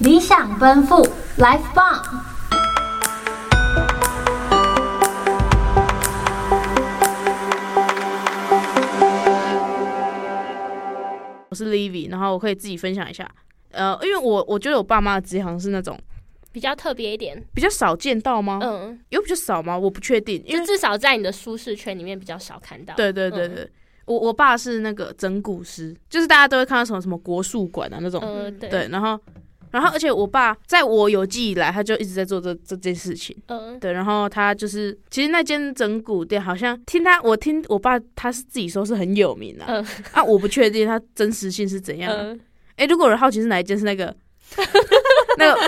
理想奔赴，Life 棒。我是 Livy，然后我可以自己分享一下。呃，因为我我觉得我爸妈的职业好像是那种比较特别一点，比较少见到吗？嗯，有比较少吗？我不确定，哦因就为至少在你的舒适圈里面比较少看到。对对对对，嗯我我爸是那个整蛊师，就是大家都会看到什么什么国术馆啊那种，呃，对，对，然后然后而且我爸在我有记忆以来，他就一直在做这这件事情。嗯，对，然后他就是，其实那间整蛊店好像听他，我听我爸他是自己说是很有名的、啊，嗯啊，我不确定他真实性 是怎样、啊。嗯，哎、如果有人好奇是哪一间，是那 个那个，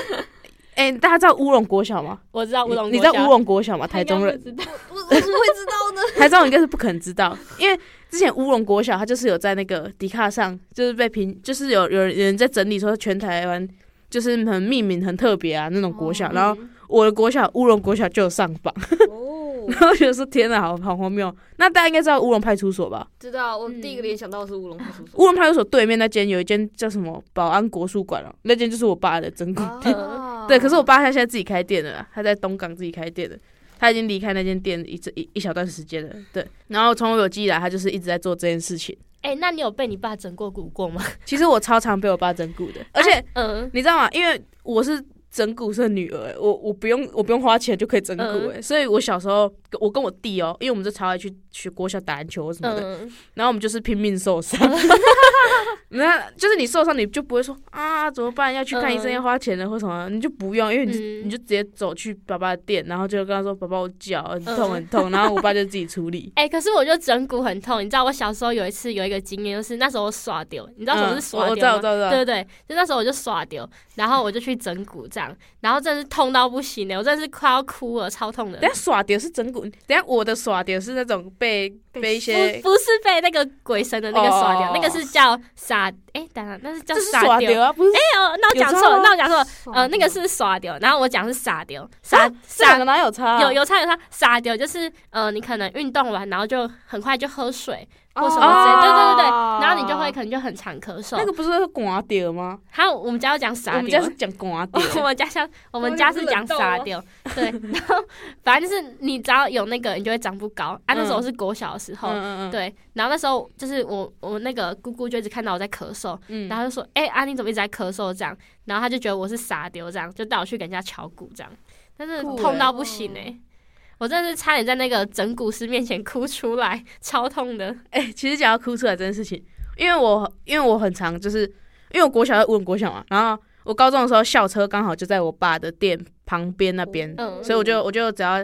哎、大家知道乌龙国小吗？我知道乌龙，你你知道乌龙国小吗？台中人，人，我我怎么会知道呢？台中人应该是不可能知道，因为之前乌龙国小他就是有在那个迪卡上，就是被评，就是有有人有人在整理说全台湾就是很命名很特别啊那种国小，然后嗯我的国小乌龙国小就有上榜， 哦，然后我觉得说天哪，好好荒谬。那大家应该知道乌龙派出所吧？知道，我嗯第一个联想到的是乌龙派出所。乌龙派出所对面那间有一间叫什么保安国术馆哦，那间就是我爸的真空店。啊对，可是我爸他现在自己开店了啦，他在东港自己开店了，他已经离开那间店一一一小段时间了。对，然后从我有记忆以来，他就是一直在做这件事情。哎，那你有被你爸整过蛊过吗？其实我超常被我爸整蛊的，而且 嗯，你知道吗？因为我是整蛊是女儿，欸我我不用我不用花钱就可以整蛊、欸，所以我小时候我跟我弟哦、因为我们就超爱去去国小打篮球或什么的，嗯，然后我们就是拼命受 伤。那就是你受伤，你就不会说啊怎么办？要去看医生，嗯要花钱的或什么，你就不用，因为你就、嗯你就直接走去爸爸的店，然后就跟他说：“爸爸，我脚很嗯。痛很痛。然后我爸就自己处理 哎，可是我就整蛊很痛，你知道我小时候有一次有一个经验，就是那时候我耍丢，你知道什么嗯是耍我我知丢道，我吗知？道，我知道。对对对，就那时候我就耍丢，然后我就去整蛊这样，然后真的是痛到不行欸呢，我真的是快要哭了，超痛的。等一下耍碟是整蛊，等一下我的耍碟是那种被被一些不不是被那个鬼神的那个耍掉哦那个是叫傻哎，等等，那是叫这是傻耍丢。碟哎啊，不是呦，那我讲错有差吗啊了，那我讲错了，爽呃，那个是耍丢，然后我讲是傻丢，傻这两傻个哪有差啊？有有差有差，傻丢就是呃，你可能运动完，然后就很快就喝水哦或什么之类，对对对对，哦然后你就会可能就很常咳嗽那。个不是刮碟吗？还有我们家要讲我傻们丢家，是讲刮碟。 我们家像我们家是讲傻掉，对，然后反正就是你只要有那个，你就会长不高。啊，那时候我是国小的时候，嗯嗯嗯，对，然后那时候就是我我那个姑姑就一直看到我在咳嗽，嗯，然后就说：“哎、啊你怎么一直在咳嗽？”这样，然后她就觉得我是傻丢，这样就带我去给人家敲鼓，这样，但是酷痛欸到不行哎、我真的是差点在那个整蛊师面前哭出来，超痛的。哎、其实讲到哭出来这件事情，因为我因为我很常就是因为我国小在问国小嘛，然后我高中的时候校车刚好就在我爸的店旁边那边，嗯所以我就我就只要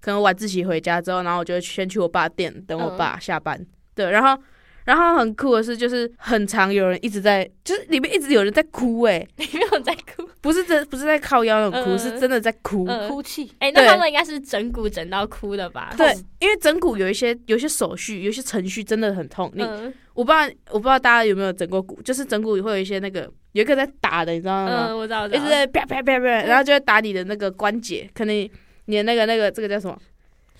可能晚自习回家之后，然后我就会先去我爸店等嗯我爸下班。对，然后然后很酷的是，就是很常有人一直在，就是里面一直有人在哭、欸，你没有在哭？不是真不是在靠腰那种哭，嗯嗯是真的在哭。嗯哭泣，哎、那对他们应该是整蛊整到哭的吧？对，因为整蛊有一些有一些手续，有一些程序真的很痛，你嗯我不知道，我不知道大家有没有整过鼓，就是整鼓会有一些那个有一个在打的，你知道吗？嗯，我知道，我知嗯一道直。在啪啪啪啪，然后就会打你的那个关节，可能你你的那个那个这个叫什么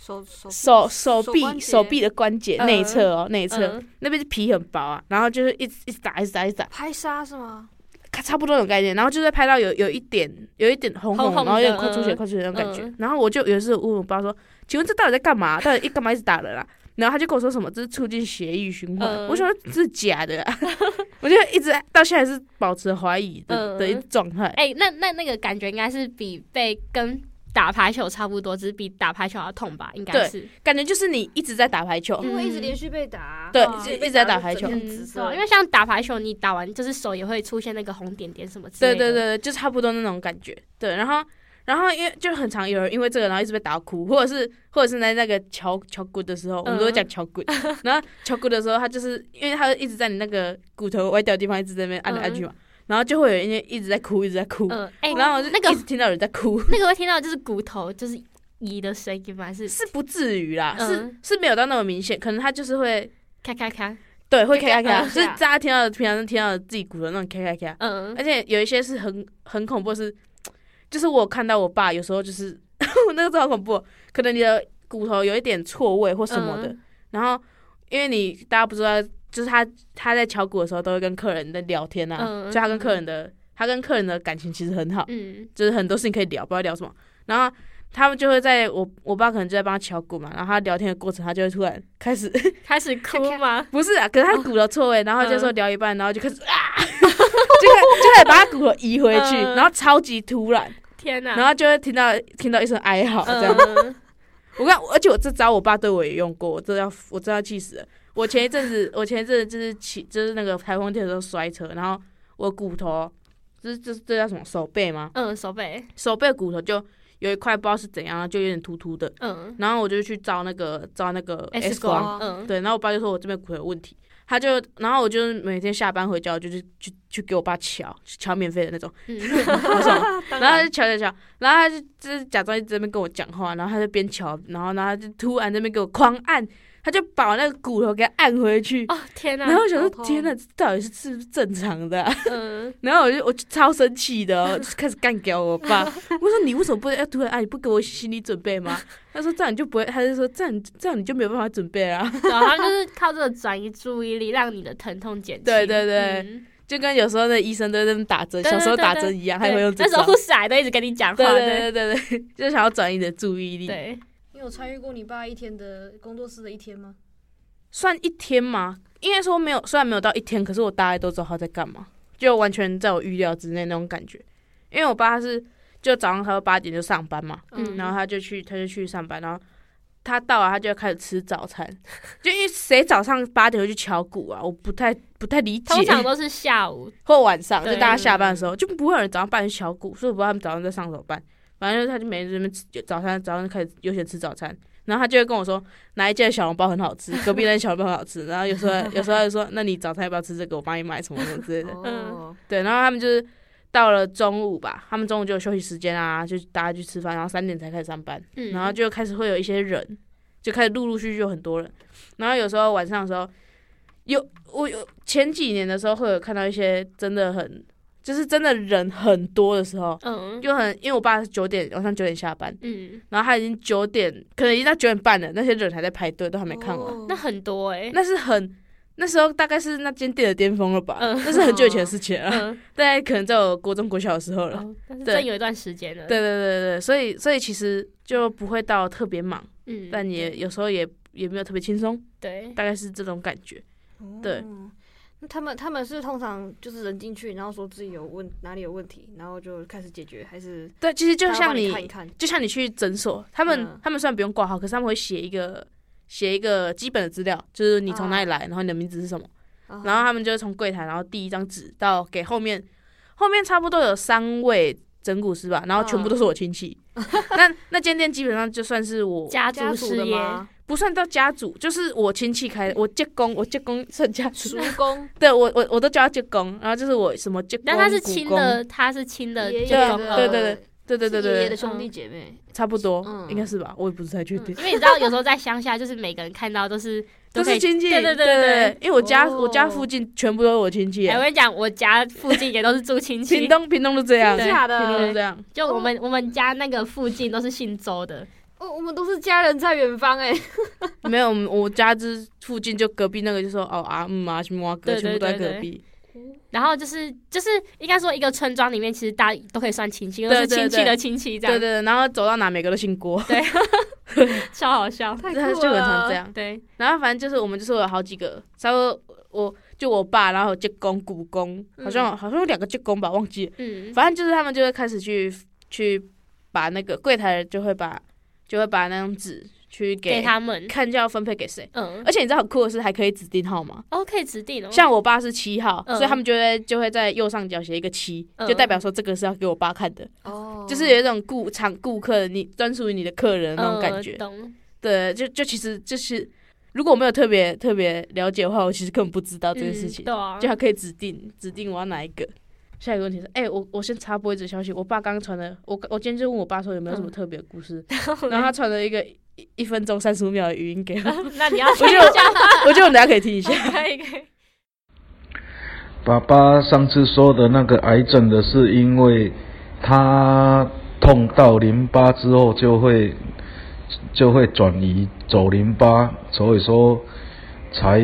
手手手手手关臂节手臂的关节嗯内侧哦，内侧嗯那边皮很薄啊，然后就是一直一直打一直打一直打，拍杀是吗？咔差不多那种概念，然后就会拍到有有一点有一点红红红然后有点的快出血嗯快出血那种感觉嗯，然后我就有一次问我爸说，请问这到底在干嘛？到底一干嘛一直打人啊？然后他就跟我说什么，这是促进血液循环。嗯我想说这是假的、啊， 我就一直到现在是保持怀疑的、嗯的一个状态。哎、那那那个感觉应该是比被跟打排球差不多，只是比打排球要痛吧？应该对是，感觉就是你一直在打排球，嗯因为一直连续被打，对啊一直一直在打排球被嗯得紫，对啊色，因为像打排球，你打完就是手也会出现那个红点点什么之类对对的。对，对就差不多那种感觉。对，然后然后因为就很常有人因为这个，然后一直被打哭，或者是或者是在那个敲敲骨的时候，我们都嗯会讲敲骨。然后敲骨的时候，他就是因为他一直在你那个骨头歪掉的地方一直在那边按来按去嘛，然后就会有人一直在哭，一直在哭。嗯，哎、哦然后我就那个嗯一直听到有人在哭，那个会听到就是骨头就是移的声音吗？还是是不至于啦，嗯是是没有到那么明显，可能他就是会咔咔咔？对会咔咔就这样咔，嗯就是大家听到的平常听到的自己骨头那种咔咔咔，嗯，而且有一些是很很恐怖的是，就是我看到我爸有时候就是 我那个真的好恐怖，可能你的骨头有一点错位或什么的，嗯然后因为你大家不知道，就是他他在敲鼓的时候都会跟客人在聊天啊，嗯就他跟客人的。他跟客人的感情其实很好，嗯，就是很多事情可以聊，不知道聊什么。然后他们就会在我我爸可能就在帮他敲鼓嘛，然后他聊天的过程，他就会突然开始开始哭吗？不是啊，可是他鼓了嗯错位，然后就说聊一半，然后就开始啊， 就开就开始把他骨头移回去，嗯然后超级突然，天哪！然后就会听到听到一声哀嚎这样。嗯我看，而且我这招我爸对我也用过，我真的要我真的要气死了。我前一阵子， 我前一阵子就是骑就是那个台风天的时候摔车，然后我骨头就是就是这叫什么手背吗？嗯，手背，手背骨头就有一块不知道是怎样，就有点突突的。嗯然后我就去照那个照那个，X 光，光，嗯，对，然后我爸就说我这边骨头有问题，他就，然后我就每天下班回家，我就去去去给我爸瞧瞧免费的那种， 嗯，好爽哦。当然后他然就瞧瞧瞧，然后他就就是假装一直在那边跟我讲话，然后他就边瞧，然后然后他就突然在那边给我狂按，他就把我那个骨头给他按回去。哦天哪然，后我想好说，痛天哪，这到底是是不是正常的啊、 嗯，然后我就我就超生气的、哦，就开始干掉我爸。我说你为什么不要突然按？你不给我心理准备吗？他说这样你就不会，他就说这样这样你就没有办法准备啊。然后就是靠这个转移注意力，让你的疼痛减轻。对对对嗯就跟有时候那医生都在那边打针，对对小时候打针一样，还会用这对那时招候。护士来都一直跟你讲话，对对对对对， 就是想要转移你的注意力。，对，你有参与过你爸一天的工作室的一天吗？算一天吗？应该说没有，虽然没有到一天，可是我大概都知道他在干嘛，就完全在我预料之内那种感觉。因为我爸他是就早上他会八点就上班嘛，嗯然后他就去他就去上班，然后他到了他就开始吃早餐，就因为谁早上八点会去敲鼓啊？我不太不太理解。通常都是下午，或晚上，就对大家下班的时候，就不会有人早上办小股，所以我不知道他们早上在上什么班。反正他就每天这边吃早餐，早上就开始悠闲吃早餐，然后他就会跟我说哪一家的小笼包很好吃，隔壁那家小笼包很好吃。然后有时候有时候他就说，那你早餐要不要吃这个？我帮你买什么什么之类的。哦，对，然后他们就是到了中午吧，他们中午就有休息时间啊，就大家去吃饭，然后三点才开始上班。嗯，然后就开始会有一些人，就开始陆陆续续有很多人。然后有时候晚上的时候，有我有前几年的时候会有看到一些真的很，就是真的人很多的时候，嗯就很因为我爸是九点晚上九点下班，嗯，然后他已经九点可能已经到九点半了，那些人还在排队，都还没看完。那很多哎，那是很那时候大概是那间店的巅峰了吧？嗯那是很久以前的事情了，嗯， 大概可能在我国中国小的时候了。哦但是对真有一段时间了，对，对对对，所以所以其实就不会到特别忙。嗯，但也有时候也也没有特别轻松，对，大概是这种感觉。对哦。那他们他们是通常就是人进去，然后说自己有问哪里有问题，然后就开始解决，还是对，其实就他要像帮你，你看一看，就像你去诊所，他们、嗯他们虽然不用挂号，可是他们会写一个写一个基本的资料，就是你从哪里来，然后你的名字是什么，然然后他们就会从柜台，然后递一张纸到给后面，后面差不多有三位。整蛊师吧，然后全部都是我亲戚。那那间店基本上就算是我家家族族事的业，吗？不算到家族，就是我亲戚开的。我舅公，我舅公算家族叔。公对我我我都叫他舅公，然后就是我什么舅公。但他是姑亲公的，他是亲的爷舅爷对啊公，的，呃对对对对对对是爷对爷对，的兄弟姐妹，差不多，嗯应该是吧？我也不是太确定，因为你知道有时候在乡下，就是每个人看到 都是都可是以亲戚，对对对对对因为我家哦我家附近全部都是我亲戚哎、我耶，跟你讲，我家附近也都是住亲屏戚，东屏东都这样，真屏的假东都的？这样， 就我们 我们家那个附近都是姓周的，哦，我们都是家人在远方哎，没有，我们我家之附近就隔壁那个就说哦啊嗯啊什么啊哥，对对全部都在对对隔壁，然后就是就是应该说一个村庄里面，其实大家都可以算亲戚，都对是对亲戚对的亲戚这对样，对对，然后走到哪每个都姓郭，超好笑。 太酷他了，就很常这样，对，然后反正就是我们就是有好几个，差不多我就我爸，然后有舅公姑公，好像好像有两个舅公吧，忘记了。嗯，反正就是他们就会开始去去把那个柜台就会把就会把那张纸去给给他们，看要分配给谁。嗯，而且你知道很酷的是，还可以指定号码。哦，可以指定哦，像我爸是七号，嗯所以他们就会就会在右上角写一个七、嗯就代表说这个是要给我爸看的，哦，就是有一种顾常顾客你专属于你的客人的那种嗯感觉。懂，对，就就其实就是如果我没有特别特别了解的话，我其实根本不知道这件事情。嗯对啊就，还可以指定指定我要哪一个。下一个问题是，哎、我我先插播一则消息，我爸刚刚传的，我我今天就问我爸说有没有什么特别的故事， 然后他传了一个一一分钟三十五秒的语音给我， 那你要我听觉一得下，我觉得我们大家可以听一下。可以可以，爸爸上次说的那个癌症的是因为他痛到淋巴之后就会就会转移走淋巴，所以说才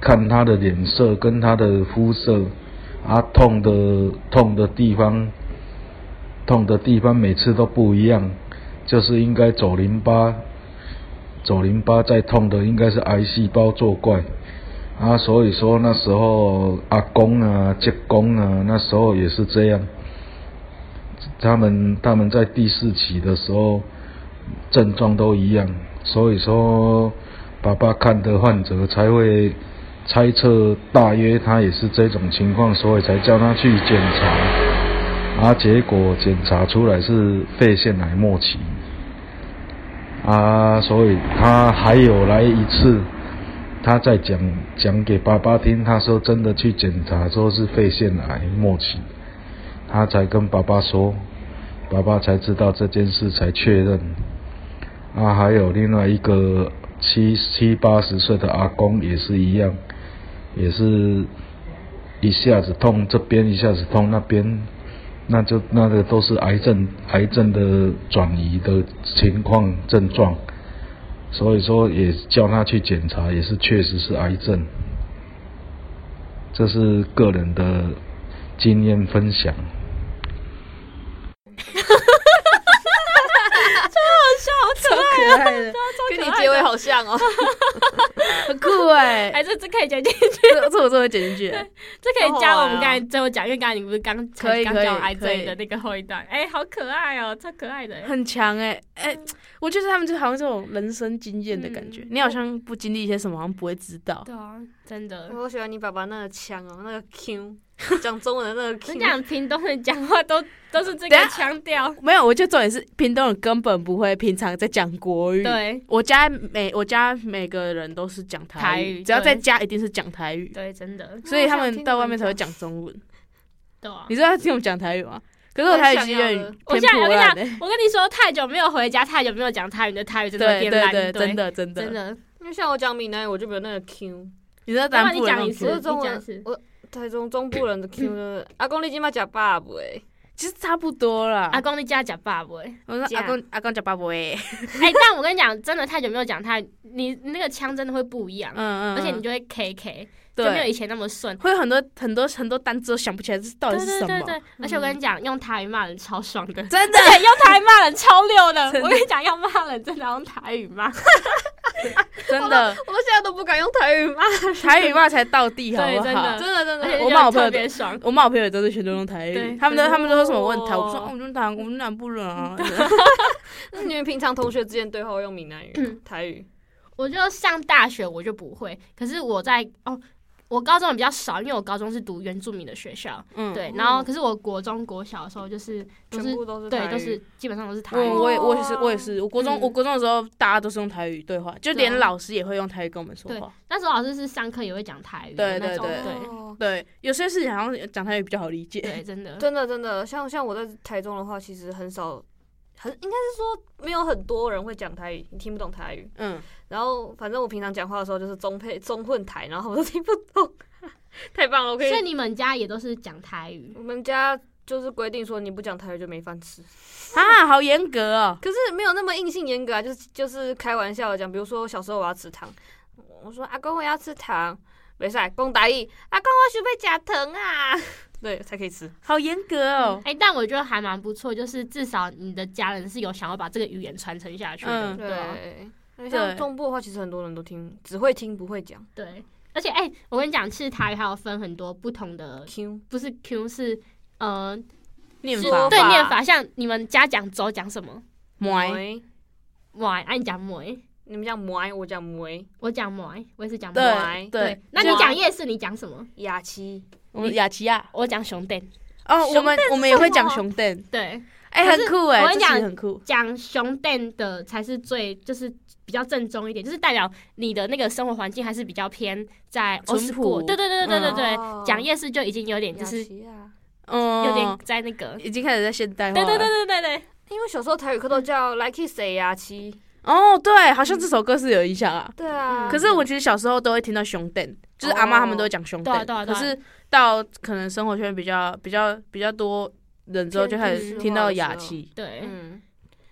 看他的脸色跟他的肤色，啊，痛的痛的地方，痛的地方每次都不一样，就是应该走淋巴，走淋巴再痛的应该是癌细胞作怪，啊，所以说那时候阿公啊、舅公啊，那时候也是这样，他们他们在第四期的时候症状都一样，所以说爸爸看的患者才会。猜测大约他也是这种情况，所以才叫他去检查，啊，结果检查出来是肺腺癌末期，啊，所以他还有来一次，他再讲讲给爸爸听，他说真的去检查，说是肺腺癌末期，他才跟爸爸说，爸爸才知道这件事才确认，啊，还有另外一个七七八十岁的阿公也是一样。也是一下子痛这边，一下子痛那边，那就那个都是癌症癌症的转移的情况症状，所以说也叫他去检查，也是确实是癌症。这是个人的经验分享。超可爱的，跟你结尾好像 哦， 很酷 哎、还是这可以剪进去，这这我这会剪进去欸，这可以加好好玩哦我们刚才最后讲，因为刚才你不是刚才可以刚可以讲癌症可以的那个后一段，哎，好可爱哦，超可爱的，很强哎哎，我觉得他们就好像这种人生经验的感觉，嗯你好像不经历一些什么，好像不会知道。对啊，真的。我喜欢你爸爸那个腔哦，那个 Q，讲中文的那个我 Q，讲屏东人讲话都都是这等个下腔调，没有，我觉得重点是屏东人根本不会平常在讲国语。，对我家每我家每个人都是讲台台语只要对在家一定是讲台语，对，真的，所以他们到外面才会讲中文。对啊你。知道他听我们讲台语吗？可是我台语其实有点我偏现在颇我跟你烂讲欸，我跟你说，太久没有回家，太久没有讲泰语，你的泰语真的会对变烂，对对，对真的真的真，的。因为像我讲闽南语，我就没有那个 Q。你知道要不南然你部人讲那一种次我感是中你讲文是，我台中中部人的 Q 就是阿公你今麦食爸不诶，觉其实差不多啦。阿公你家讲 爸不？哎，我说讲阿公阿公讲巴伯哎，但我跟你讲，真的太久没有讲泰语，你你那个腔真的会不一样，嗯嗯，而且你就就会 K K，就没有对，以前那么顺。会有很多很多很多单词都想不起来这到底对是对什对么，嗯对，而且我跟你讲，用泰语骂人超爽的，真的。对，用台语骂人超溜的。真的 我跟你讲，要骂人真的要用台语 骂，真 的，我现在都不敢用台语骂，哎台语骂才到地好对，不真好？的，真的真而的。且我就骂我朋友特别爽。我骂我朋友也都是全都用台对语，他们都真的他们都说什么问台，哦我说哦我们台我们南部人啊， 那你们平常同学之间对话会用闽南语、台语？我就上大学我就不会，可是我在哦，我高中也比较少，因为我高中是读原住民的学校，嗯，对，嗯然后可是我国中国小的时候就是都全是部都是对台语都是基本上都是台语，我我也我也是我也是，我国中、嗯我国中的时候，大家都是用台语对话，就对啊连老师也会用台语跟我们说对话。那时候老师是上课也会讲台语对的那对种，对对哦对，有些事情好像讲台语比较好理对，解。真的真的真的，像像我在台中的话，其实很少，很应该是说没有很多人会讲台语，你听不懂台语。嗯，然后反正我平常讲话的时候就是中配中混台，然后我都听不懂， 太棒了！我可以所以，你们家也都是讲台语我们家就是规定说你不讲台语就没饭吃，啊，好严格哦。可是没有那么硬性严格啊，就是就是开玩笑的讲，比如说我小时候我要吃糖，我说阿公我要吃糖，没事，公打意，阿公我准备假糖啊， 对，才可以吃。好严格哦。哎、但我觉得还蛮不错，就是至少你的家人是有想要把这个语言传承下去的，嗯对啊对，那对像中部的话，其实很多人都听，只会听不会讲对。而且，哎、我跟你讲，其实台语还有分很多不同的， Q。不是 Q 是，呃，念是法说对法念法，像你们家讲走讲什么？麦，喂歪，啊，你讲梅，你们讲梅，我讲梅，我讲梅，我也是讲梅。对麦对。那你就讲夜市，你讲什么？雅琪，我们雅琪亚我讲熊蛋。哦，我们我们也会讲什熊蛋，对，哎，可很是酷哎，我跟你这其实讲很酷。讲熊蛋的才是最，就是比较正宗一点，就是代表你的那个生活环境还是比较偏在淳欧式朴过对对对对对对哦对，讲夜市就已经有点就雅是琪啊。嗯，有点在那个。已经开始在现代化对了。对对对对对，因为小时候台语课都叫 Like say 雅琪，哦，对，好像这首歌是有影响啊。对啊。可是我其实小时候都会听到熊蛋，就是阿妈他们都会讲熊蛋哦，对啊对可啊对啊是到可能生活圈比较比较比较多人之后，就开始听到雅琪。对，嗯，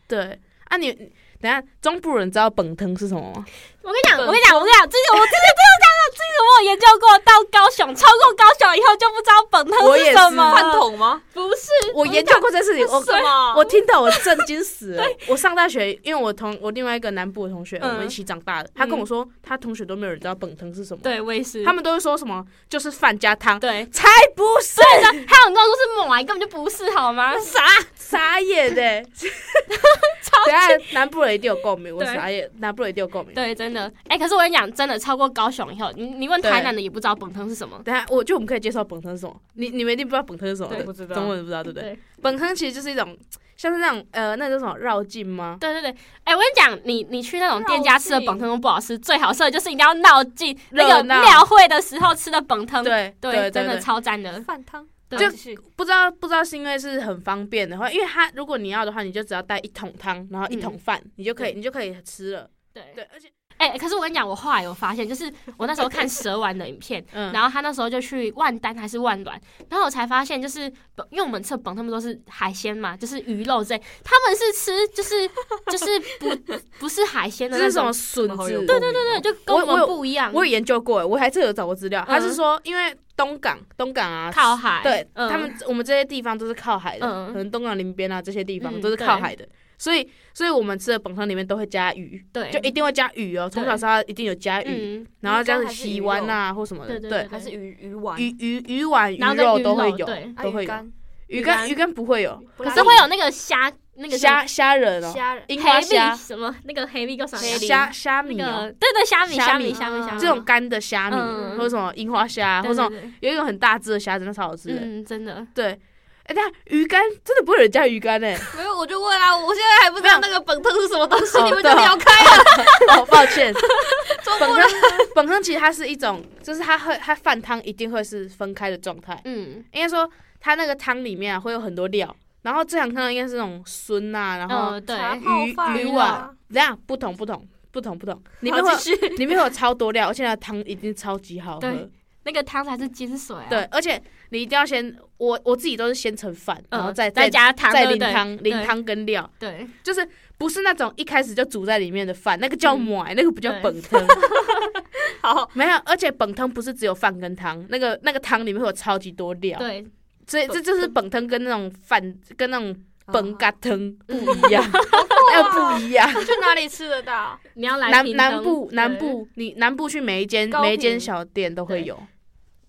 对啊你，等一下中部人知道本藤是什么吗？我跟你讲，本我跟你讲，我跟你讲，这个我这个这个这个这个我有研究过，到高雄超过高雄以后就不知道本疼痛我是也是什么？饭桶吗？不是，我研究过这件事情，我什么？我听到我震惊死了。我上大学，因为我同我另外一个南部的同学，我嗯们一起长大的，他跟我说，他同学都没有人知道本藤是什么，对，我也是。他们都会说什么就是饭加汤，对，才不是， 还有你知道说是母癌，根本就不是好吗？啥？傻眼的。 超等一下南部人一定有共鸣，我对傻眼，南部人一定有共鸣。对，真的。哎、可是我跟你讲，真的超过高雄以后，你你问对台南的也不知道本汤是什么。等一下，我觉得我们可以介绍本藤是什么，你你们一定不知道本藤是什么对的，不知道中文不知道对不对？对本藤其实就是一种像是那种呃那叫什么绕境吗？对对对，哎、我跟你讲，你你去那种店家吃的绕本汤都不好吃，最好吃的就是一定要闹进那热个闹庙会的时候吃的本汤。对对嗯真的对，超赞的。饭汤。对好继续不知道不知道是因为是很方便的话，因为它如果你要的话，你就只要带一桶汤，然后一桶饭，你就可以对你就可以吃了。对对，而且哎、可是我跟你讲，我后来有发现，就是我那时候看蛇丸的影片，嗯，然后他那时候就去万丹还是万峦，然后我才发现，就是本因为我们吃本他们都是海鲜嘛，就是鱼肉之类，他们是吃就是就是不 不是海鲜的这那是什种么，笋好有子？共对哦对对对，就跟我我我有们不一样。我有研究过，我还真的有找过资料，他是说因为东港东港啊，靠海，对嗯他们我们这些地方都是靠海的，嗯可能东港林边啊这些地方嗯都是靠海的，所以所以我们吃的本汤里面都会加鱼，对就一定会加鱼哦，从小到大一定有加鱼，嗯，然后加上洗碗啊或什么的，对对对还是鱼鱼丸？鱼鱼鱼丸、鱼然后再肉鱼都会肉有，对啊都会鱼有。干，鱼鱼干干鱼干不会有，不可干是会有那个虾那个虾虾仁哦，虾仁。樱花黑虾米、什么那个黑米叫什么黑米虾虾那米哦，个对对虾米虾虾米哦米虾米虾米这种干的虾米，嗯或者什么樱花虾，或对者对什么对有一种很大只的虾，真的超好吃的。嗯真的对，哎，但鱼干真的不会有人加鱼干哎，没有，我就问啊，我现在还不知道那个本特是什么东西，哦你们就聊开 哦，抱 歉，中本国坑人。本坑其实它是一种，就是它会它饭汤一定会是分开的状态，嗯应该说它那个汤里面啊会有很多料，然后最常看到应该是那种参啊，然后嗯对茶鱼泡饭鱼啊丸，这样不同不同不同不同，里面好会继续有里面会有超多料，而且它的汤一定超级好喝对，那个汤才是精髓啊。对，而且你一定要先我我自己都是先盛饭，然后嗯再再加汤再对淋不对汤淋对汤跟料，对就是不是那种一开始就煮在里面的饭，那个叫嗯买，那个不叫对本 汤。好，没有，而且本汤不是只有饭跟汤，那个那个汤里面会有超级多料，对所以这就是本汤跟那种饭跟那种本嘎干汤不一样， 那个不一样。 去哪里吃得到？你要来嗯南啊屏南东部对南部，你南部去每一间高每一间屏小店都会有，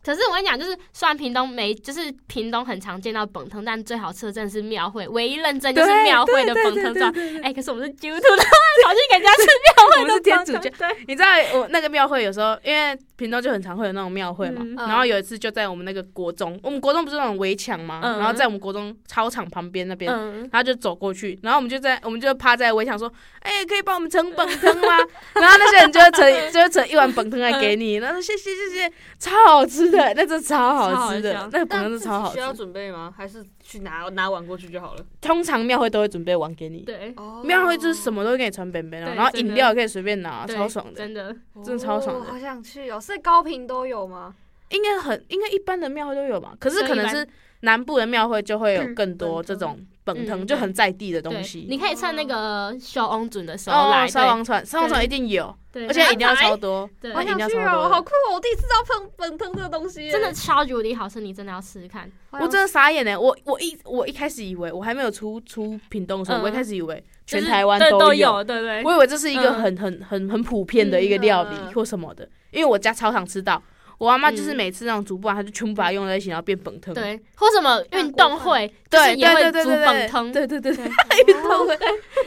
可是我跟你讲，就是虽然屏东没，就是屏东很常见到本藤，但最好吃的真的是庙会，唯一认证就是庙会的本藤照。哎、可是我们是基督徒的，跑去给人家吃庙会的 我们是天主教本藤对，你知道我那个庙会有时候，因为屏东就很常会有那种庙会嘛，嗯然后有一次就在我们那个国中，我们国中不是那种围墙嘛，嗯然后在我们国中操场旁边那边，嗯，然后就走过去，然后我们就在我们就趴在围墙说，哎、可以帮我们盛本汤吗？ 然后那些人就会盛就会盛一碗本汤来给你，然后说谢谢谢谢，超好吃的，那真的超好吃的超好笑，啊那个本但汤是超好需吃。要准备吗？还是去拿拿碗过去就好了？通常庙会都会准备碗给你，对，哦庙会就是什么都会给你传本本啊，对然后真的饮料也可以随便拿，对超爽的。真的。哦真的超爽的好想去哦！是高频都有吗？应该很应该一般的庙会都有吧，可是对可能一般是南部的庙会就会有嗯更多本这藤种本藤，嗯就很在地的东对，西。你可以趁那个秀翁准的时候哦，来，烧王船，烧王船一定有，对，对而且饮料安排超多，对好一定想要去超多哦！的好酷哦！我第一次知道本本藤这个东西耶，真的超级无敌好吃，你真的要试试看。好我想真的傻眼呢，欸我我一我一开始以为我还没有出出屏东的时候，嗯我一开始以为就全是台湾对都有，，对不对？我以为这是一个嗯很很很很普遍的一个料理嗯或什么的，因为我家超常吃到，我阿妈就是嗯每次那种煮不完，她就全部把它用在一起，然后变本藤。对，或什么运动会，就是对也对会对煮对本对汤，对对对对， 运动会，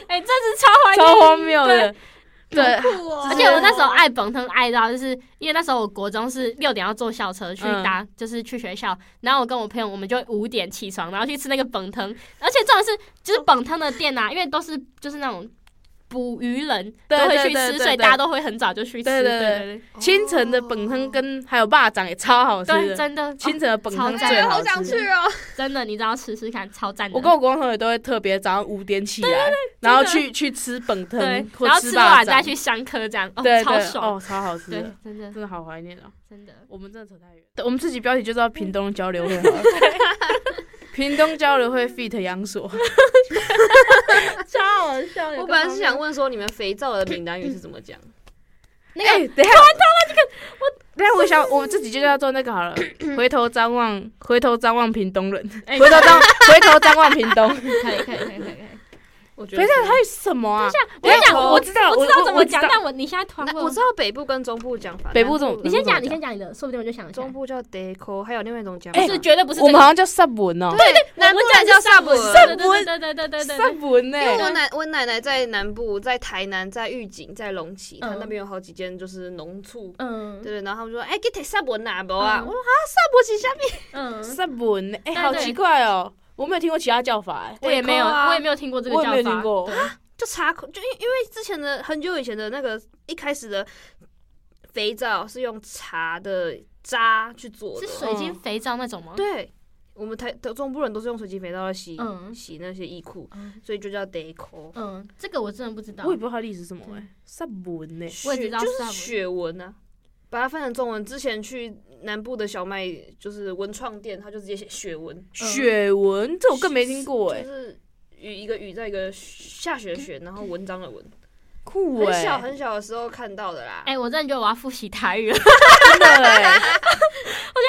哎，这是超怀念超荒谬的，对好。酷 哦！而且我那时候爱本藤爱到，就是因为那时候我国中是六点要坐校车去嗯搭，就是去学校，然后我跟我朋友我们就五点起床，然后去吃那个本藤，而且重点是就是本藤的店啊，因为都是就是那种捕鱼人对都会对去对吃，对所对以大家都会很早就去吃，对对对对对清晨的本汤跟还有霸掌也超好吃对，的，对真的清晨的本汤哦最好好想吃。去哦！真的，你知道吃吃看，超赞的。我跟我公同学都会特别早上五点起来，然后去去吃本汤对，或然后吃吃霸完掌再，去上课这样，哦，对超对爽，哦，超好吃对的，，真的真的好怀念哦。真的，我们真的扯太远，我们自己标题就知道屏东交流会好了。 屏东交流会 fit 杨所，超好笑我本来 是想问说，你们肥皂的闽南语是怎么讲？那个哎，等一下，但我想我自己就要做那个好了，回头张望，回头张望屏东人，回头张回头张望屏东。可以可以可以可以可以。我觉等得一下，还有什么啊？我跟你讲，我我知道我知我道怎我么知讲道，但我你现在突然那问我知我，道北部跟中部讲法，北部嗯南怎么你先讲，你先讲你的，说不定我就想一下中。部叫 deco，还有另外一种哎讲法，不是，绝对不是我这们个好。像叫 sub 文哦，对对，我南部们讲人叫的是 sub 对文对文对对对对对对。 ，sub 文欸呢？因为我奶我奶奶在南部，在台南，在玉井，在龙崎，她嗯那边有好几间就是农畜，嗯对，然后他们说，哎，给提萨博拿不啊？嗯我说啊，萨博是下面，嗯， sub 文呢？哎，对好对奇怪哦，我没有听过其他叫法，哎，我也没有， Deco 啊我也没有听过这个我也叫没有听法。过。就查口，就因因为之前的很久以前的那个一开始的肥皂是用茶的渣去做是的，哦水晶肥皂那种吗？对。我们台的中部人都是用水晶肥皂来洗、嗯洗那些衣裤，嗯，所以就叫 deco，嗯，这个我真的不知道我。也不知道它历史是什么哎，sub 文呢？嗯我也知道就萨是博雪文啊，把它翻成中文。之前去南部的小卖就是文创店，它就直接写雪文，雪文这我更没听过哎就，是雨一个雨在一个下雪的雪， 然后文章的文。酷很小哎，很小的时候看到的啦。哎，我真的觉得我要复习台语了，真的哎。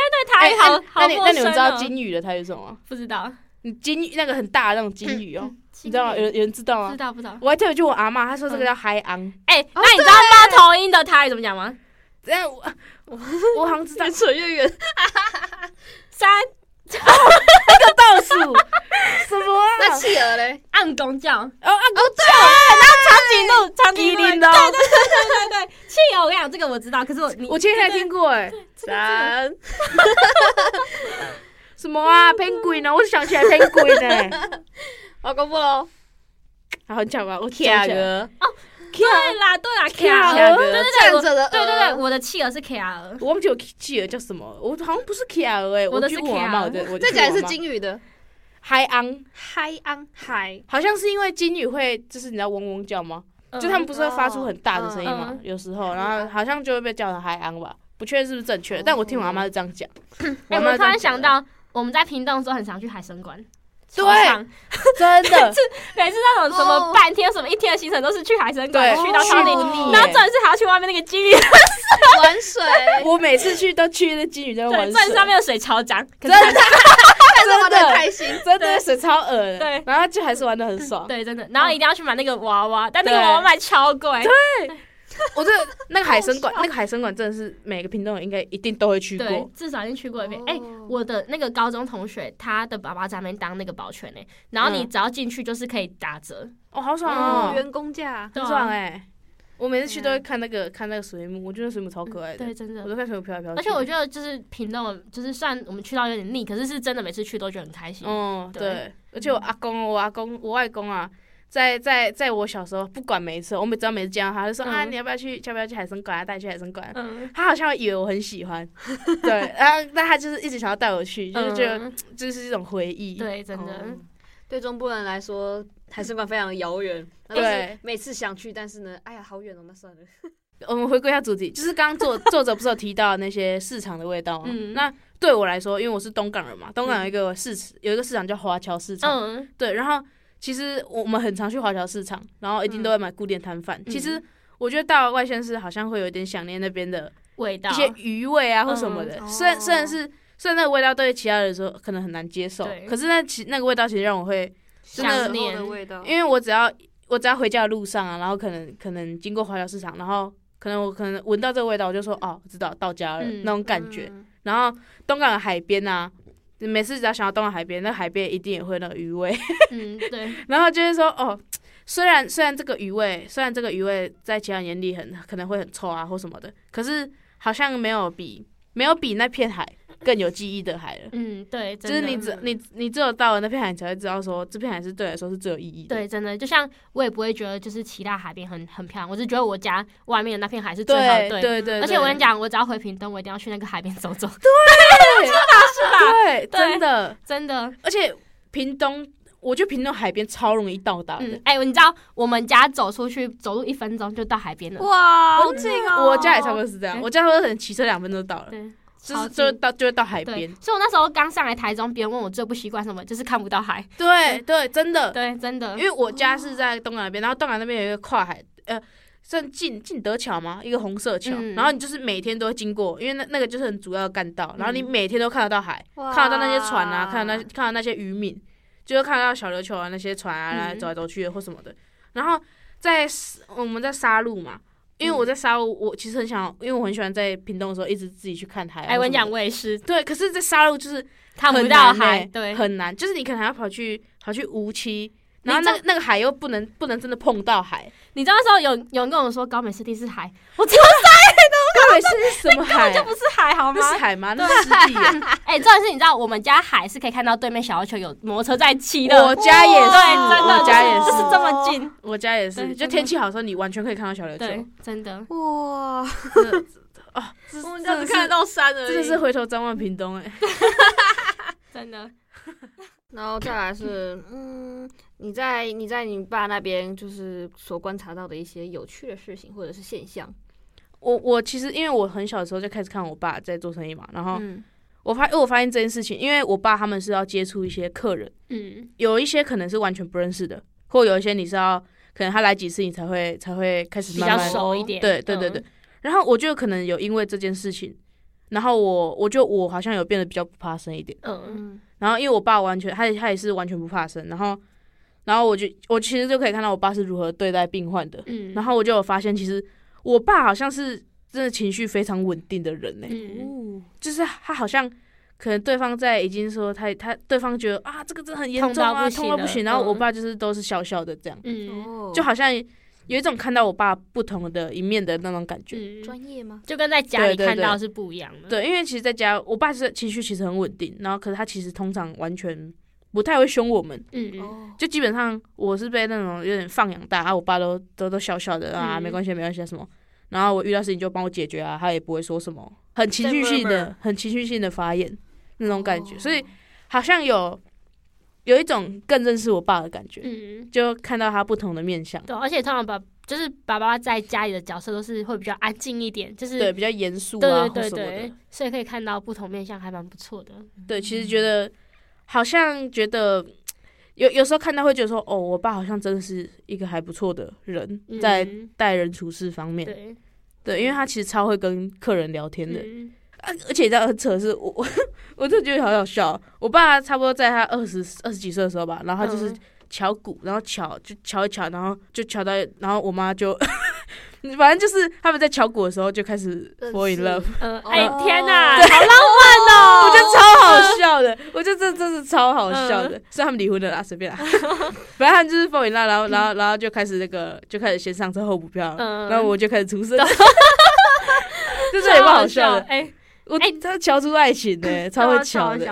对台语好那好你陌那你们生知道哦金鱼的台语是什么吗？不知道？你金鱼那个很大的那种金鱼哦，你知道吗？有人有人知道知吗？道不知道？我还特别去我阿妈，她说这个叫海昂。哎，那你知道猫头鹰的台语怎么讲吗？哎，我我我好像知道越扯越远，三倒数什么啊？那企鹅嘞？暗公叫，哦啊，然后长颈鹿，长麒颈鹿，麟的哦，对对对，企鹅，我跟你讲，这个我知道，可是我你我前天才听过哎，三什么啊，penguin 呢？我就想起来 penguin 呢，好，公布喽。然后你讲吧，我企讲起来。鹅，对啦对啦，企鹅，企鹅对对对，站我着的 鹅，对对对，我的企鹅是企鹅，我忘记我企鹅叫什么，我好像不是企鹅哎，我的去是问我阿妈，我 Kia 的我再讲一次金金鱼的海昂，嗨安嗨，好像是因为金鱼会就是你知道嗡嗡叫吗？呃就他们不是会发出很大的声音吗嗯？有时候，然后好像就会被叫成嗨昂吧，啊不确定是不是正确，但我听我阿妈是这样讲。哎，阿嬷我这突样讲然想到，我们在屏东的时候很常去海参馆。对超常真 的，每次那种什么哦半天、什么一天的行程都是去海参馆，对去到超去里不腻，然后耶重点是还要去外面那个金鱼， 玩水， 我每次去都去那金鱼在玩水，对，重点是上面的水超脏，可真是的 海参看着玩的开心。真的水超恶的，对然后就还是玩的很爽。对真的，然后一定要去买那个娃娃，但那对个娃娃卖超贵，我这 那个海参馆，那个海参馆真的是每个屏东人应该一定都会去对过，，至少已经去过一遍哦。哎，我的那个高中同学，他的爸爸在那边当那个保全呢，欸然后你嗯只要进去就是可以打折，哦，好爽哦，哦，员工价，对很啊爽哎！我每次去都会看那个看那个水母，我觉得水母超可爱的嗯对，，真我的。都看水母飘来飘去。而且我觉得就是屏东，就是算我们去到有点腻，可是是真的每次去都觉得很开心。嗯，对对，而且我阿公、我阿公、我外公啊，在在在我小时候，不管每一次，我每只要每次见到他，就说、啊，嗯你要不要去，要不要去海参馆啊？带你去海参馆啊、嗯，他好像以为我很喜欢，对，然后但他就是一直想要带我去，就是觉得、嗯就是一种回忆。对，真的。哦对中部人来说，海参馆非常遥远，对对，每次想去，但是呢，哎呀，好远哦，那算了。我们回归一下主题，就是刚刚作作者不是有提到那些市场的味道吗？嗯那对我来说，因为我是东港人嘛，东港有一个市、有一个市场叫华侨市场，嗯，对，然后其实我们很常去华侨市场，然后一嗯定都会买固定摊贩。其实我觉得到了外县市好像会有一点想念那边的味道一些鱼味啊或什么的，嗯虽然哦虽然是虽然那个味道对其他人说可能很难接受对，可是那其那个味道其实让我会，真的想小时候的念味道，因为我只要我只要回家的路上啊，然后可能可能经过华侨市场，然后。可能我可能闻到这个味道，我就说哦，知道到家了、嗯那种感觉。嗯然后东港的海边啊，每次只要想到东港海边，那海边一定也会有那个鱼味。嗯，对，然后就是说，哦，虽然虽然这个鱼味，虽然这个鱼味在其他人眼里很可能会很臭啊或什么的，可是好像没有比没有比那片海更有记忆的海了。嗯，对，就真是的你只你你只有到了那片海，你才会知道说这片海是对来说是最有意义的。对，真的，就像我也不会觉得就是其他海边很很漂亮，我只觉得我家外面的那片海是最好的。对对对，而且我跟你讲，讲，我只要回屏东，我一定要去那个海边走走， 对，对真的，真的。而且屏东，我觉得屏东海边超容易到达的嗯。，哎、你知道我们家走出去走路一分钟就到海边了，哇，好真近哦！我家也差不多是这样，哎我家差不多可能骑车两分钟就到了，对，就是超就近到就会到海对边。。所以我那时候刚上来台中，别人问我最不习惯什么，就是看不到海。对对，真的。对，真的因。为我家是在东港那边，然后东港那边有一个跨海，呃，算进进德桥吗？一个红色桥，嗯然后你就是每天都会经过，因为那那个就是很主要的干道，然后你嗯每天都看得到海，哇看得到那些船啊，看到那看到那些渔民，就是看到小琉球啊那些船啊，嗯走来走去的或什么的。然后在我们在沙鹿嘛，因为嗯我在沙鹿，我其实很想，因为我很喜欢在屏东的时候一直自己去看海、啊。哎，我跟你什么讲，的，我也是对，可是，在沙鹿就是看不很到难海，欸对，很难，就是你可能还要跑去跑去无期，然后你那知个那个海又不能不能真的碰到海，你知道那时候有有人跟我说高美湿地是海，我知 到底是 什么海啊？道不是海好吗？那是海吗？那是湿地啊。 哎、重点是你知道我们家海是可以看到对面小琉球有摩托车在骑的，我家也是，对，真的我家也就是是，哦这么近， 我家也对是，就真的天气好的时候，你完全可以看到小琉 对球。，真的。哇，真的啊，这我们家真只的看得是到山而已。真的是回头张望屏东哎。真的，然后再来是，嗯，你在你在你爸那边就是所观察到的一些有趣的事情或者是现象， 我我其实因为我很小的时候就开始看我爸在做生意嘛，然后嗯，我发因为我发现这件事情，因为我爸他们是要接触一些客人，嗯，有一些可能是完全不认识的，或有一些你是要可能他来几次你才会才会开始比慢较慢熟一点，对对对对嗯，。然后我就可能有因为这件事情，然后我我就我好像有变得比较不怕生一点。嗯，嗯，然后因为我爸完全他也他也是完全不怕生，然后然后我就我其实就可以看到我爸是如何对待病患的。嗯然后，后我就有发现，其实我爸好像是真的情绪非常稳定的人呢、欸嗯，哦就是他好像可能对方在已经说他他对方觉得啊这个真的很严重啊痛到不行痛到不行，了然后我嗯爸就是都是笑笑的这样，嗯，哦，就好像有一种看到我爸不同的一面的那种感觉。嗯，专业吗？就跟在家里对对看对到是不一样的，对，因为其实在家，我爸是情绪其实很稳定，然后可是他其实通常完全不太会凶我们，嗯，嗯，哦，就基本上我是被那种有点放养大，啊，我爸都都都笑笑的啊，嗯没关系没关系啊什么，然后我遇到事情就帮我解决啊，他也不会说什么，很情绪性的很情绪性的发言哦那种感觉，所以好像有有一种更认识我爸的感觉，嗯，就看到他不同的面相，对，而且通常爸就是爸爸在家里的角色都是会比较安静一点，就是对，比较严肃啊对或对对什么的对，，所以可以看到不同面相，还蛮不错的，对，其实嗯觉得好像觉得。有有时候看到会觉得说，哦，我爸好像真的是一个还不错的人，嗯在待人处事方面，对，对，因为他其实超会跟客人聊天的，嗯啊而且你知道很扯的是，我 我我真的觉得好好笑。哦我爸差不多在他二十二十几岁的时候吧，然后他就是嗯敲鼓，然后敲就敲一敲，然后就敲到，然后我妈就， 反正就是他们在敲鼓的时候就开始认 fall in 识 love， 呃，哦哎，天哪，对好浪漫哦，我觉得超好笑的， 嗯我觉得这真是超好笑的。虽然他们离婚了啦，随便啦， 反正他们就是 fall in love，然后 然后然后就开始那个就开始先上车后补票，嗯然后我就开始出 声。就这也不好笑的，哎我哎他瞧出爱情呢、 超会瞧的。。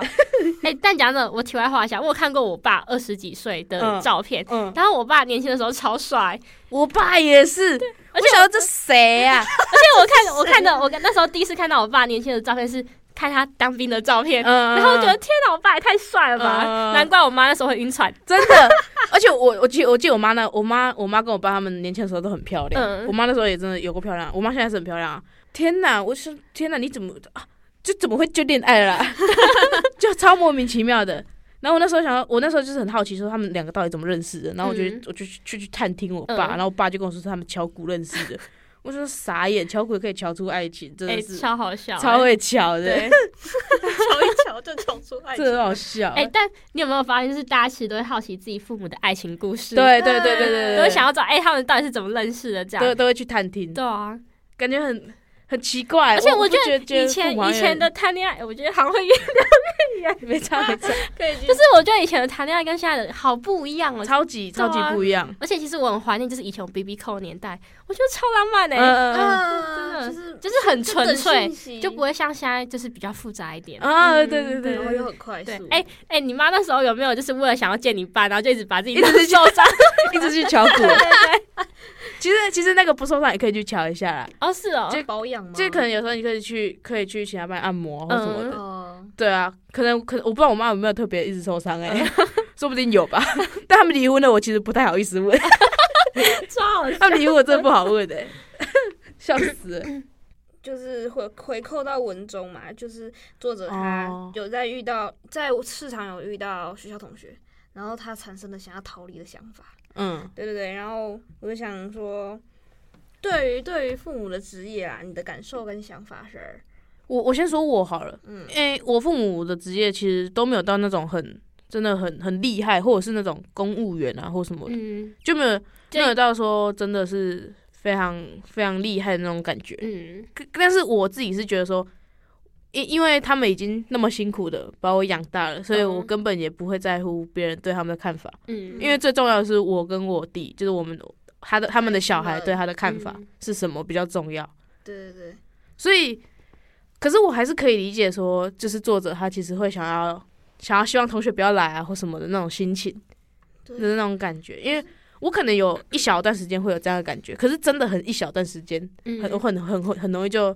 哎、但讲真的，我题外话一下，我有看过我爸二十几岁的嗯照片，嗯，然后我爸年轻的时候超帅，我爸也是，而而且且我这谁啊呀、 而且我看我看的我那时候第一次看到我爸年轻的照片是看他当兵的照片，嗯然后我觉得天哪，我爸也太帅了吧，嗯难怪我妈那时候会晕船。真的，而且我我记我记我妈那我妈我妈跟我爸他们年轻的时候都很漂亮，嗯我妈那时候也真的有过漂亮，我妈现在是很漂亮啊！天哪，我是天哪，你怎么啊？就怎么会就恋爱了啦、 就超莫名其妙的。然后我那时候想要，我那时候就是很好奇，说他们两个到底怎么认识的。然后我就、嗯我就去去去探听我爸，嗯然后我爸就跟我说是他们敲鼓认识的。我说傻眼，敲鼓可以敲出爱情，真哎、的是、超好笑、超会敲的，对。 瞧一瞧就瞧出爱这很好笑。哎、但你有没有发现，就是大家其实都会好奇自己父母的爱情故事，，对对对对对对，都会想要找哎、他们到底是怎么认识的这样。都都会去探听，对啊，感觉很很奇怪。而且哎我我不觉觉得以父前母好以像前的谈恋爱，我觉得好像会 没差 没差，可以去就是我觉得以前的谈恋爱跟现在的好不一样哦。超级对啊超级不一样。而且其实我很怀念，就是以前我 B B 扣年代，我觉得超浪漫嗯哎、嗯啊，真的就是就是很纯粹，粹就不会像现在就是比较复杂一点嗯。啊，对嗯对对然后对 又，很快对速，，哎、哎、你妈那时候有没有就是为了想要见你爸，然后就一直把自己一直弄去受伤？一直去敲 鼓。其实其实那个不受伤也可以去敲一下啦，哦，是哦，就保养吗？就可能有时候你可以去可以去其他班按摩嗯或什么的。哦，对啊，可能可能我不知道我妈有没有特别一直受伤哎，嗯 说不定有吧。但他们离婚了，我其实不太好意思 问，超好笑。他们离婚我真的不好问哎， 笑死了。就是回回扣到文中嘛，就是作者他哦有在遇到在市场有遇到学校同学，然后他产生了想要逃离的想法。嗯对对对，然后我就想说，对于对于父母的职业啊，你的感受跟想法是？我我先说我好了，嗯因为我父母的职业其实都没有到那种很真的很很厉害，或者是那种公务员啊或什么的，嗯就没有就没有到说真的是非常非常厉害的那种感觉。嗯，可但是我自己是觉得说，因因为他们已经那么辛苦的把我养大了，所以我嗯根本也不会在乎别人对他们的看法，哦嗯因为最重要的是我跟我弟，就是我们他的他们的小孩嗯对他的看法嗯是什么比较重要。对对对，所以，可是我还是可以理解说，就是作者他其实会想要想要希望同学不要来啊，或什么的那种心情对的那种感觉，因为我可能有一小段时间会有这样的感觉，可是真的很一小段时间，很嗯很很很很容易就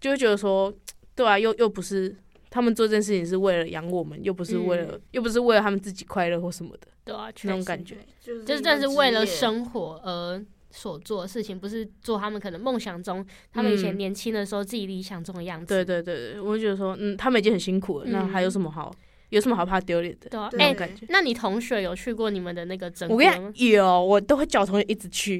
就会觉得说，对啊，又又不是。他们做这件事情是为了养我们，又不是为了，嗯又不是为了他们自己快乐或什么的对啊，那种确实感觉。就是就是一真的个是为职了业，生活而所做的事情，不是做他们可能梦想中、他们以前嗯年轻的时候自己理想中的样子。对对对对，我就觉得说，嗯，他们已经很辛苦了，那嗯还有什么好，有什么好怕丢脸的？对啊，对那哎、种感觉。那你同学有去过你们的那个整我骨跟你吗？讲，有我都会叫我同学一直 去，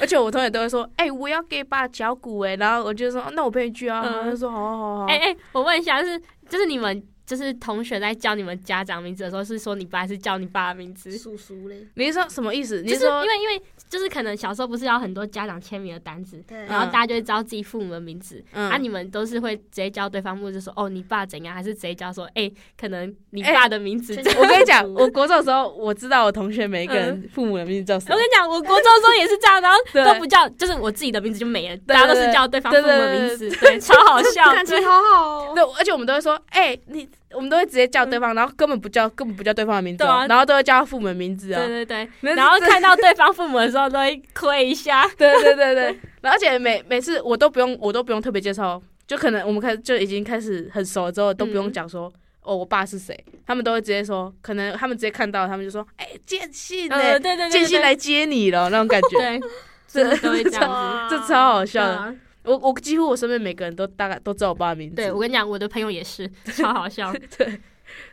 而且我同学都会说：“哎、我要给把脚骨哎。”然后我就说：“那我陪你去啊。嗯他就说：“好啊好啊好啊。哎哎、我问一下，就是就是你们就是同学在叫你们家长名字的时候，是说你爸还是叫你爸的名字？叔叔嘞，你是说什么意思？你就是是因说为因为就是可能小时候不是要很多家长签名的单子，对啊然后大家就会知道自己父母的名字，嗯啊，你们都是会直接叫对方，或者说哦你爸怎样，还是直接叫说哎、可能你哎爸的名字这 样。我跟你讲， 我国中的时候，我知道我同学每一个嗯人父母的名字叫什我么跟。你讲，我国中的时候也是这样，然后 对都不叫，就是我自己的名字就没了，对大家都是叫对方父对母的对名对字，对，超好 笑。感情好好哦。对，而且我们都会说，哎、你，我们都会直接叫对方，然后根本不叫，根本不叫对方的名字、哦嗯对啊然后都会叫他父母的名字哦。对对对，那然后这看到对方父母的时候都会亏一下。对对对对，然后而且每每次我都不用，我都不用特别介绍，就可能我们开始就已经开始很熟了之后，都不用讲说、哦我爸是谁，他们都会直接说，可能他们直接看到，他们就说哎、建信呢、嗯，对对对，建对信来，接你了那种感觉， 对，这真的都会这样子。哇这超好笑对的。啊我我几乎我身边每个人都大概都知道我爸的名字，对我 跟你讲，我的朋友也是超好笑，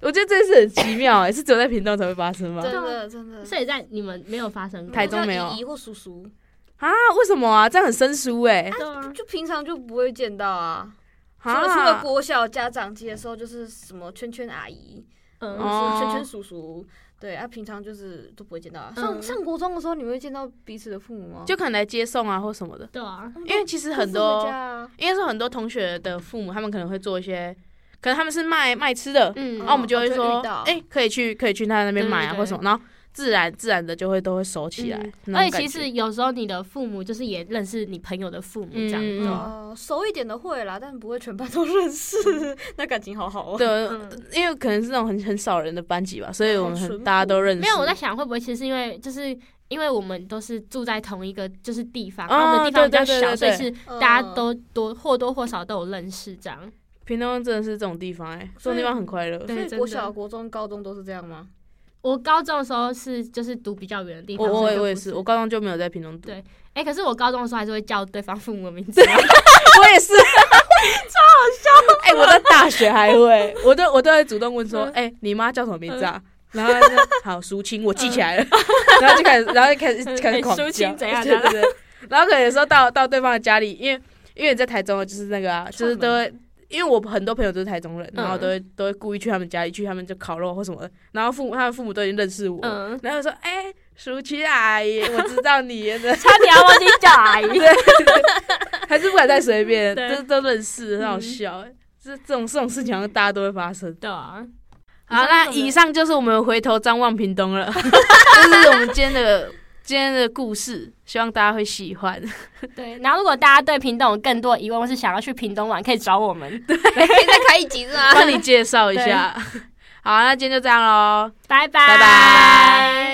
我觉得这件事很奇妙哎、是只有在屏东才会发生吗？真的真的，所以在你们没有发生啊过，台中没有我叫姨姨或叔叔，啊，为什么啊？这样很生疏哎、对啊，就平常就不会见到啊。除了除了啊，国小家长接的时候，就是什么圈圈阿姨，或嗯，者哦是圈圈叔叔，对啊，平常就是都不会见到啊。上嗯上国中的时候，你们会见到彼此的父母吗？就可能来接送啊或什么的，对啊，因为其实很各自多回家啊应该说很多同学的父母，他们可能会做一些，可能他们是卖卖吃的，嗯然后我们就会就说遇到，哎、可以去可以去他那边买啊，对对对或什么，然后自然自然的就会都会熟起来。嗯那而种且感其觉实有时候你的父母就是也认识你朋友的父母这样，嗯对啊哦，熟一点的会啦，但不会全班都认识， 那感情好好哦。对，呃嗯啊因为可能是那种很很少人的班级吧，所以我们好淳很朴大家都认识。没有，我在想会不会其实是因为就是因为我们都是住在同一个就是地方，哦然后我们地方比较对对对小，所以对是嗯大家都多或多或少都有认识这样。屏东真的是这种地方哎、这种地方很快乐。对所以真的国小、国中、高中都是这样吗？我高中的时候是就是读比较远的地我方，我所以也就我也不是，我高中就没有在屏东读，对哎、可是我高中的时候还是会叫 对方父母的名字啊，我 也是，超好笑。哎、我在大学还会，我都我都会主动问嗯说，哎、你妈叫什么名字啊？然后他就说好，淑清，我记起来了， 然后就开始，然后就开始开始狂叫嗯哎淑清怎样啊对对对。然后可能有时候到到对方的家里，因为因为你在台中，就是那个啊，就是都会，因为我很多朋友都是台中人，嗯然后都会都会故意去他们家里去，他们就烤肉或什么的。然后父母他们父母都已经认识我，嗯然后就说哎，淑清阿姨，我知道你 的，差点要忘记叫 阿姨。还是不敢太随便，对都都认识，很好笑。这这种这种事情好像大家都会发生。对啊，好，那以上就是我们回头张望屏东 了，这是我们今天的今天的故事，希望大家会喜 欢。对。然后如果大家对屏东有更多疑问，或是想要去屏东玩，可以找我们。可以再开一集是吗？帮你介绍一下。好，那今天就这样喽。拜拜拜拜